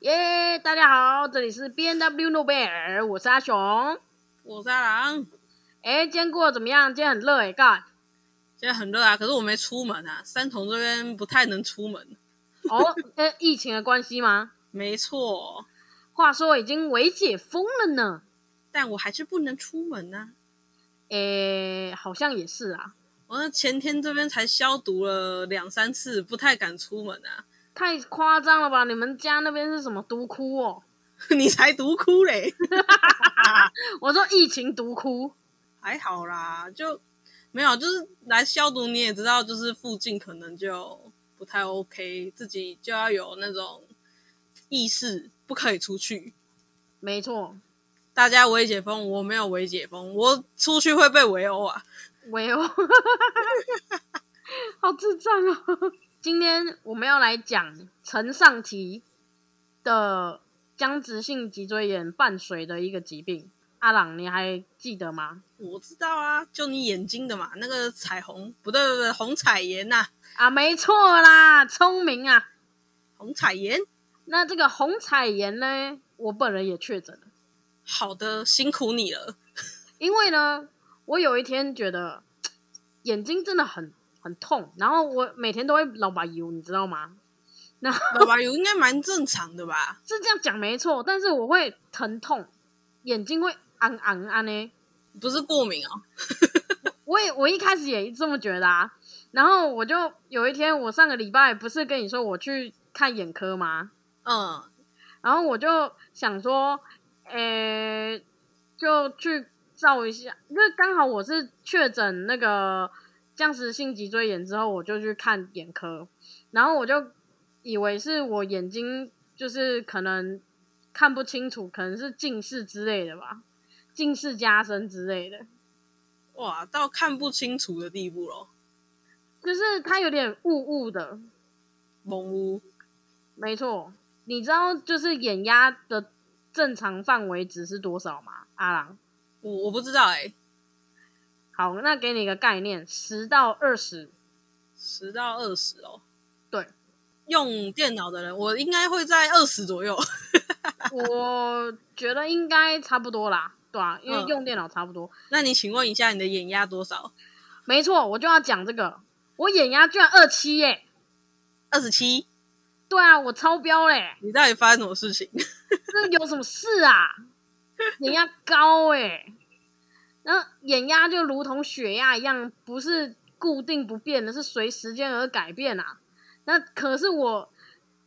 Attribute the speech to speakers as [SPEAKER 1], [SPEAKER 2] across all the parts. [SPEAKER 1] 耶、大家好，这里是 B N W 诺贝尔，我是阿雄。
[SPEAKER 2] 我是阿郎，
[SPEAKER 1] 哎，今天过得怎么样？今天很热哎，干。
[SPEAKER 2] 现在很热啊，可是我没出门啊。三重这边不太能出门，
[SPEAKER 1] 哦， 呃，疫情的关系吗？
[SPEAKER 2] 没错，
[SPEAKER 1] 话说已经微解封了呢。
[SPEAKER 2] 但我还是不能出门啊。
[SPEAKER 1] 哎，好像也是啊，
[SPEAKER 2] 我那前天这边才消毒了两三次，不太敢出门啊。
[SPEAKER 1] 太夸张了吧？你们家那边是什么毒窟哦？
[SPEAKER 2] 你才毒哭嘞，
[SPEAKER 1] 我说疫情毒窟。
[SPEAKER 2] 还好啦，就没有，就是来消毒你也知道，就是附近可能就不太 OK，自己就要有那种意识，不可以出去。
[SPEAKER 1] 没错，
[SPEAKER 2] 大家围解封，我没有围解封，我出去会被围殴啊。
[SPEAKER 1] 喂 哦，好智障哦！今天我们要来讲承上题的僵直性脊椎炎伴随的一个疾病。阿朗，你还记得吗？
[SPEAKER 2] 我知道啊，就你眼睛的嘛，那个彩虹不对不对，红彩盐呐、
[SPEAKER 1] 啊，没错啦，聪明啊！
[SPEAKER 2] 红彩盐。
[SPEAKER 1] 那这个红彩炎呢，我本人也确诊了，
[SPEAKER 2] 好的，辛苦你了。
[SPEAKER 1] 因为呢，我有一天觉得眼睛真的很很痛，然后我每天都会老把油，你知道吗？
[SPEAKER 2] 爸爸油应该蛮正常的吧？
[SPEAKER 1] 是这样讲没错，但是我会疼痛，眼睛会昂昂昂呢。
[SPEAKER 2] 不是过敏哦，
[SPEAKER 1] 欸我也我一开始也这么觉得啊。然后我就有一天，我上个礼拜不是跟你说我去看眼科吗？
[SPEAKER 2] 嗯，
[SPEAKER 1] 然后我就想说，诶、就去照一下，因为刚好我是确诊那个僵直性脊椎炎之后，我就去看眼科，然后我就以为是我眼睛就是可能看不清楚，可能是近视之类的吧，近视加深之类的，
[SPEAKER 2] 哇，到看不清楚的地步咯。
[SPEAKER 1] 就是它有点雾雾的，
[SPEAKER 2] 蒙屋
[SPEAKER 1] 没错。你知道就是眼压的正常范围值是多少吗？阿郎？
[SPEAKER 2] 我我不知道哎、
[SPEAKER 1] 好，那给你一个概念，十到二十，
[SPEAKER 2] 十到二十哦。
[SPEAKER 1] 对，
[SPEAKER 2] 用电脑的人，我应该会在二十左右。
[SPEAKER 1] 我觉得应该差不多啦，对啊，因为
[SPEAKER 2] 嗯
[SPEAKER 1] 用电脑差不多。
[SPEAKER 2] 那你请问一下，你的眼压多少？
[SPEAKER 1] 没错，我就要讲这个，我眼压居然二七耶，
[SPEAKER 2] 二十七？
[SPEAKER 1] 对啊，我超标嘞，
[SPEAKER 2] 你到底发生什么事情？
[SPEAKER 1] 这有什么事啊？眼压高哎，那眼压就如同血压一样，不是固定不变的，是随时间而改变啊。那可是我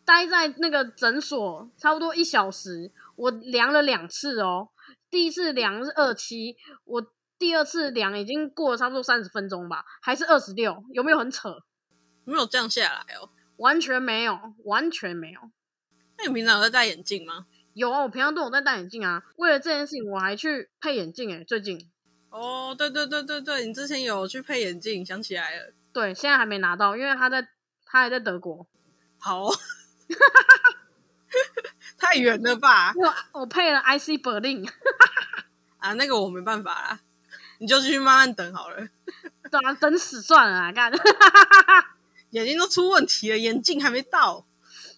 [SPEAKER 1] 待在那个诊所差不多一小时，我量了两次哦。第一次量是二七，我第二次量已经过了差不多三十分钟吧，还是二十六，有没有很扯？
[SPEAKER 2] 没有降下来哦。
[SPEAKER 1] 完全没有，完全没有。
[SPEAKER 2] 那你平常有在戴眼镜吗？
[SPEAKER 1] 有啊，我平常都有在戴眼镜啊。为了这件事情，我还去配眼镜诶、最近
[SPEAKER 2] 哦，对对对对对，你之前有去配眼镜，想起来了。
[SPEAKER 1] 对，现在还没拿到，因为他在他还在德国。
[SPEAKER 2] 好、 哦，太远了吧？
[SPEAKER 1] 因为我我配了 IC 本令，
[SPEAKER 2] 啊，那个我没办法啦，你就继续慢慢等好了。
[SPEAKER 1] 对啊，等死算了啊，干。
[SPEAKER 2] 眼睛都出问题了，眼镜还没到。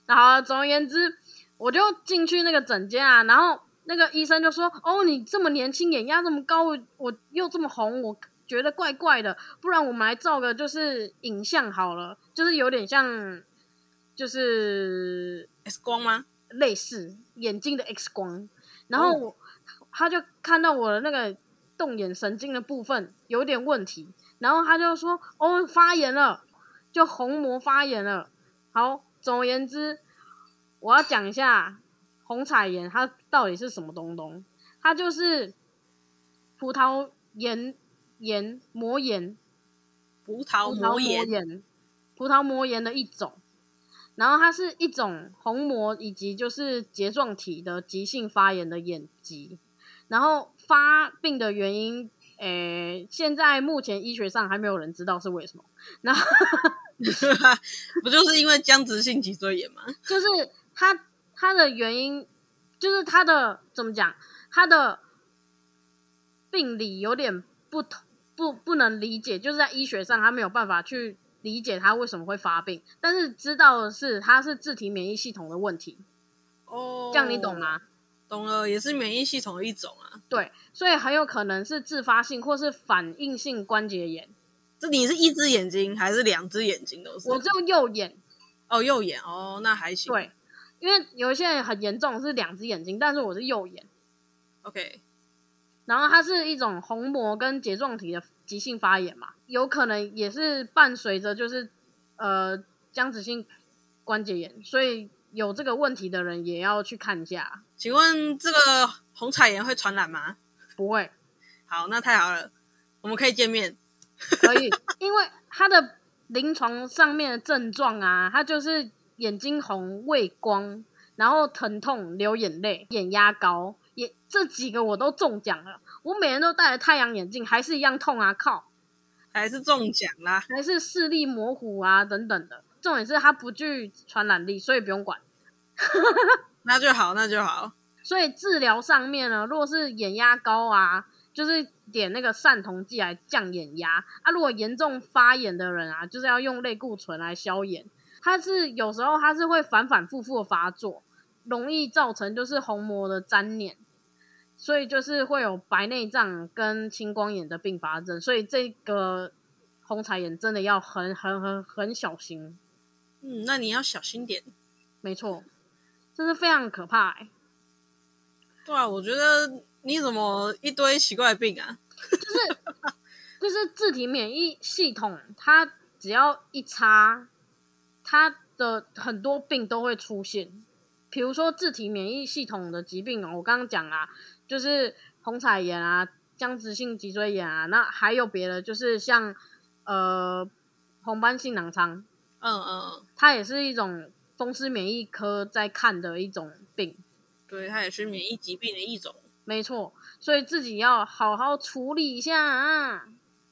[SPEAKER 1] 然后总而言之，我就进去那个诊间啊，然后那个医生就说：“哦，你这么年轻，眼压这么高，我我又这么红，我觉得怪怪的，不然我们来照个就是影像好了，就是有点像，就是
[SPEAKER 2] X 光吗？
[SPEAKER 1] 类似眼睛的 X 光，然后我、他就看到我的那个动眼神经的部分有点问题，然后他就说哦发炎了，就虹膜发炎了。好，总而言之，我要讲一下红彩炎它到底是什么东东，它就是葡萄炎炎膜炎
[SPEAKER 2] 葡萄
[SPEAKER 1] 葡萄
[SPEAKER 2] 膜炎，
[SPEAKER 1] 炎，葡萄膜炎的一种。然后它是一种虹膜以及就是睫状体的急性发炎的眼疾。然后发病的原因，诶，现在目前医学上还没有人知道是为什么。然后
[SPEAKER 2] 不就是因为僵直性脊椎炎吗？
[SPEAKER 1] 就是它它的原因，就是它的怎么讲，它的病理有点不同，不不能理解，就是在医学上他没有办法去理解它为什么会发病，但是知道的是它是自体免疫系统的问题。
[SPEAKER 2] 哦，
[SPEAKER 1] 这样你懂？吗？
[SPEAKER 2] 懂了，也是免疫系统的一种啊。
[SPEAKER 1] 对，所以很有可能是自发性或是反应性关节炎。
[SPEAKER 2] 这你是一只眼睛还是两只眼睛都是？啊
[SPEAKER 1] 我只有右眼，
[SPEAKER 2] 哦，右眼哦，那还行。
[SPEAKER 1] 对，因为有一些人很严重是两只眼睛，但是我是右眼。
[SPEAKER 2] ，OK，
[SPEAKER 1] 然后它是一种虹膜跟睫状体的急性发炎嘛，有可能也是伴随着就是呃僵直性关节炎，所以有这个问题的人也要去看一下。
[SPEAKER 2] 请问这个红彩炎会传染吗？
[SPEAKER 1] 不会，
[SPEAKER 2] 好，那太好了，我们可以见面。
[SPEAKER 1] 可以，因为它的临床上面的症状啊，它就是眼睛红、畏光，然后疼痛、流眼泪、眼压高，也这几个我都中奖了。我每天都戴着太阳眼镜，还是一样痛啊！靠，
[SPEAKER 2] 还是中奖啦，
[SPEAKER 1] 还是视力模糊啊等等的。重点是它不具传染力，所以不用管。
[SPEAKER 2] 那就好，那就好。
[SPEAKER 1] 所以治疗上面呢，如果是眼压高啊，就是点那个散瞳剂来降眼压啊。如果严重发炎的人啊，就是要用类固醇来消炎。它是有时候它是会反反复复的发作，容易造成就是虹膜的粘连，所以就是会有白内障跟青光眼的并发症。所以这个红彩眼真的要很很很很小心，
[SPEAKER 2] 嗯，那你要小心点。
[SPEAKER 1] 没错，真是非常可怕、欸。
[SPEAKER 2] 对啊，我觉得你怎么一堆奇怪的病啊？
[SPEAKER 1] 就是自体免疫系统，它只要一差，它的很多病都会出现。比如说自体免疫系统的疾病哦，我刚刚讲啊，就是红彩炎啊、僵直性脊椎炎啊，那还有别的，就是像呃红斑性狼疮，
[SPEAKER 2] 嗯嗯，嗯
[SPEAKER 1] 它也是一种风湿免疫科在看的一种病。
[SPEAKER 2] 对，它也是免疫疾病的一种。
[SPEAKER 1] 没错，所以自己要好好处理一下啊。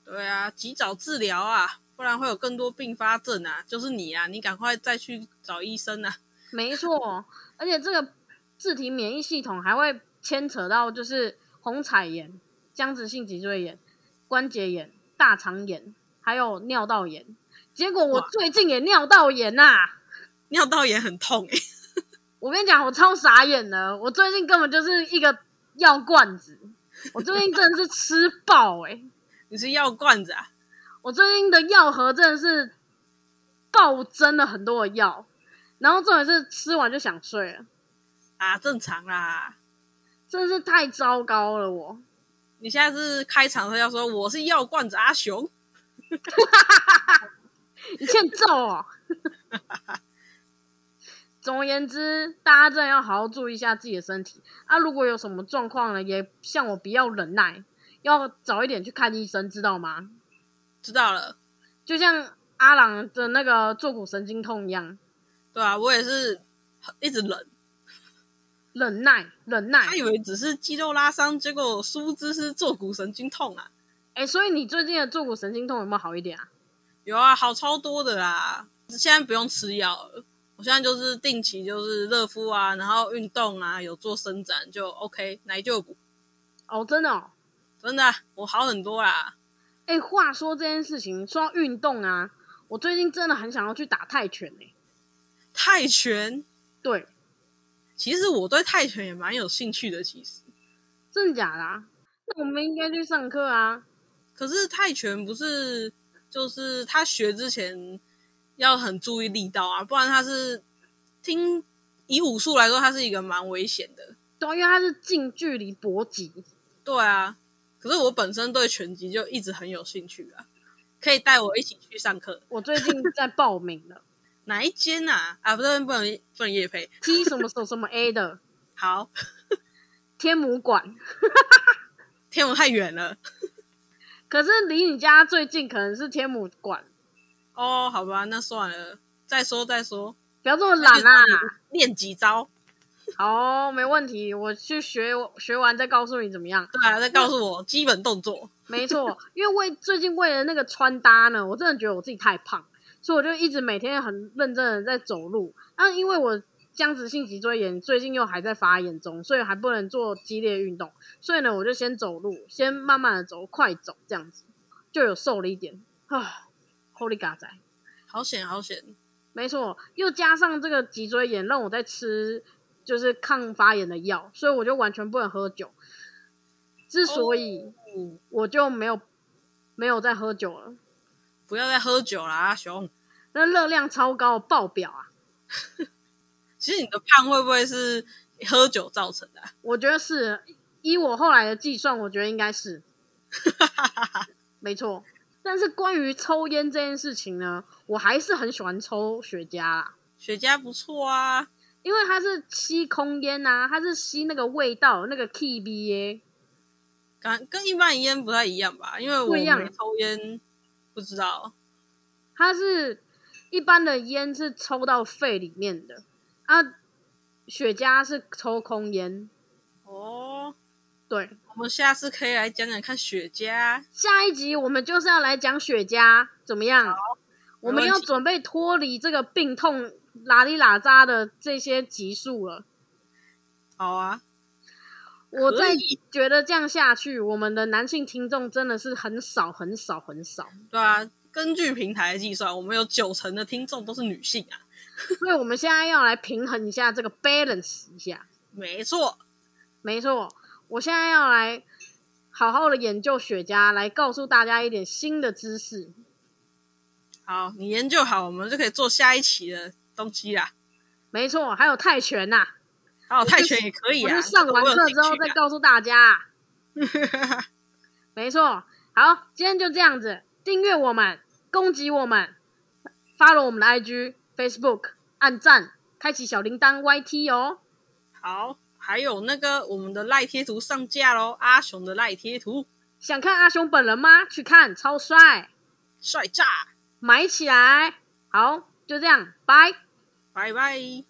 [SPEAKER 2] 对啊，及早治疗啊，不然会有更多并发症啊。就是你啊，你赶快再去找医生啊。
[SPEAKER 1] 没错，而且这个自体免疫系统还会牵扯到就是红彩炎、僵直性脊椎炎、关节炎、大肠炎，还有尿道炎。结果我
[SPEAKER 2] 哇
[SPEAKER 1] 最近也尿道炎呐、
[SPEAKER 2] 尿道炎很痛哎、
[SPEAKER 1] 我跟你讲，我超傻眼的，我最近根本就是一个药罐子，我最近真的是吃爆诶、
[SPEAKER 2] 你是药罐子啊？
[SPEAKER 1] 我最近的药盒真的是暴增了很多的药，然后重点是吃完就想睡了，
[SPEAKER 2] 啊，正常啦。
[SPEAKER 1] 真的是太糟糕了我。
[SPEAKER 2] 你现在是开场的时候要说我是药罐子阿雄，
[SPEAKER 1] 你欠揍哦！ 总而言之，大家真的要好好注意一下自己的身体啊！如果有什么状况呢，也像我不要忍耐，要早一点去看医生，知道吗？
[SPEAKER 2] 知道了。
[SPEAKER 1] 就像阿朗的那个坐骨神经痛一样，
[SPEAKER 2] 对啊，我也是一直冷，
[SPEAKER 1] 忍耐，忍耐。
[SPEAKER 2] 他以为只是肌肉拉伤，结果殊不知是坐骨神经痛啊。
[SPEAKER 1] 哎、所以你最近的坐骨神经痛有没有好一点啊？
[SPEAKER 2] 有啊，好超多的啦。现在不用吃药了，我现在就是定期就是热敷啊，然后运动啊，有做伸展就 OK，奶就补。
[SPEAKER 1] 哦，真的哦。
[SPEAKER 2] 真的啊、我好很多啦。
[SPEAKER 1] 哎、话说这件事情，说到运动啊，我最近真的很想要去打泰拳哎、
[SPEAKER 2] 泰拳，
[SPEAKER 1] 对，
[SPEAKER 2] 其实我对泰拳也蛮有兴趣的，其实。
[SPEAKER 1] 真的假的、啊？那我们应该去上课啊。
[SPEAKER 2] 可是泰拳不是，就是他学之前要很注意力道啊，不然他是听以武术来说，它是一个蛮危险的。
[SPEAKER 1] 对，啊因为它是近距离搏击，
[SPEAKER 2] 对啊，可是我本身对拳击就一直很有兴趣啊，可以带我一起去上课。
[SPEAKER 1] 我最近在报名了
[SPEAKER 2] 哪一间啊？啊，不对，不能不能夜配。
[SPEAKER 1] ，T 什么什么什么 A 的
[SPEAKER 2] 好，
[SPEAKER 1] 天母馆，
[SPEAKER 2] 天文太远了
[SPEAKER 1] 可是离你家最近可能是天母馆，
[SPEAKER 2] 哦，好吧，那算了，再说再说。
[SPEAKER 1] 不要这么懒啊！
[SPEAKER 2] 练几招？
[SPEAKER 1] 好，没问题，我去学学完再告诉你怎么样。
[SPEAKER 2] 对啊，再告诉我基本动作。
[SPEAKER 1] 没错，因为为最近为了那个穿搭呢，我真的觉得我自己太胖，所以我就一直每天很认真的在走路。那因为我僵直性脊椎炎最近又还在发炎中，所以还不能做激烈运动，所以呢，我就先走路，先慢慢的走，快走这样子，就有瘦了一点啊，Holy God 仔，
[SPEAKER 2] 好险好险！
[SPEAKER 1] 没错，又加上这个脊椎炎，让我在吃就是抗发炎的药，所以我就完全不能喝酒。之所以
[SPEAKER 2] 嗯，
[SPEAKER 1] 我就没有没有再喝酒了，
[SPEAKER 2] 不要再喝酒啦，阿雄。
[SPEAKER 1] 那热量超高爆表啊！
[SPEAKER 2] 其实你的胖会不会是喝酒造成的啊、
[SPEAKER 1] 我觉得是，依我后来的计算，我觉得应该是，没错。但是关于抽烟这件事情呢，我还是很喜欢抽雪茄啦，
[SPEAKER 2] 雪茄不错啊，
[SPEAKER 1] 因为它是吸空烟呐、它是吸那个味道，那个 K B 耶。
[SPEAKER 2] 感跟一般的烟不太一样吧？因为我
[SPEAKER 1] 不一样
[SPEAKER 2] 没抽烟，不知道。
[SPEAKER 1] 它是一般的烟是抽到肺里面的啊，雪茄是抽空烟。
[SPEAKER 2] 哦，
[SPEAKER 1] 对，
[SPEAKER 2] 我们下次可以来讲讲看雪茄。
[SPEAKER 1] 下一集我们就是要来讲雪茄，怎么样？我们
[SPEAKER 2] 没问
[SPEAKER 1] 要
[SPEAKER 2] 题
[SPEAKER 1] 准备脱离这个病痛拉里拉扎的这些集数了。
[SPEAKER 2] 好啊，
[SPEAKER 1] 我
[SPEAKER 2] 可
[SPEAKER 1] 在
[SPEAKER 2] 以
[SPEAKER 1] 觉得这样下去，我们的男性听众真的是很少很少很少，
[SPEAKER 2] 对啊，根据平台的计算，我们有九成的听众都是女性啊。
[SPEAKER 1] 所以我们现在要来平衡一下这个 balance 一下。
[SPEAKER 2] 没错，
[SPEAKER 1] 没错，我现在要来好好的研究雪茄，来告诉大家一点新的知识。
[SPEAKER 2] 好，你研究好，我们就可以做下一期的东西啦。
[SPEAKER 1] 没错，还有泰拳啊呐、
[SPEAKER 2] 还有泰拳也可以
[SPEAKER 1] 我
[SPEAKER 2] 啊，
[SPEAKER 1] 是上完
[SPEAKER 2] 这个
[SPEAKER 1] 课
[SPEAKER 2] 我有
[SPEAKER 1] 之后
[SPEAKER 2] 兴
[SPEAKER 1] 再
[SPEAKER 2] 趣啊
[SPEAKER 1] 告诉大家 啊。没错，好，今天就这样子，订阅我们，攻击我们，follow 我们的 IG、Facebook，按赞，开启小铃铛 YT 哦。
[SPEAKER 2] 啊好，还有那个我们的赖贴图上架喽，阿雄的赖贴图
[SPEAKER 1] 想看阿雄本人吗？去看，超帅，
[SPEAKER 2] 帅炸，
[SPEAKER 1] 买起来。好，就这样，拜。
[SPEAKER 2] 拜拜。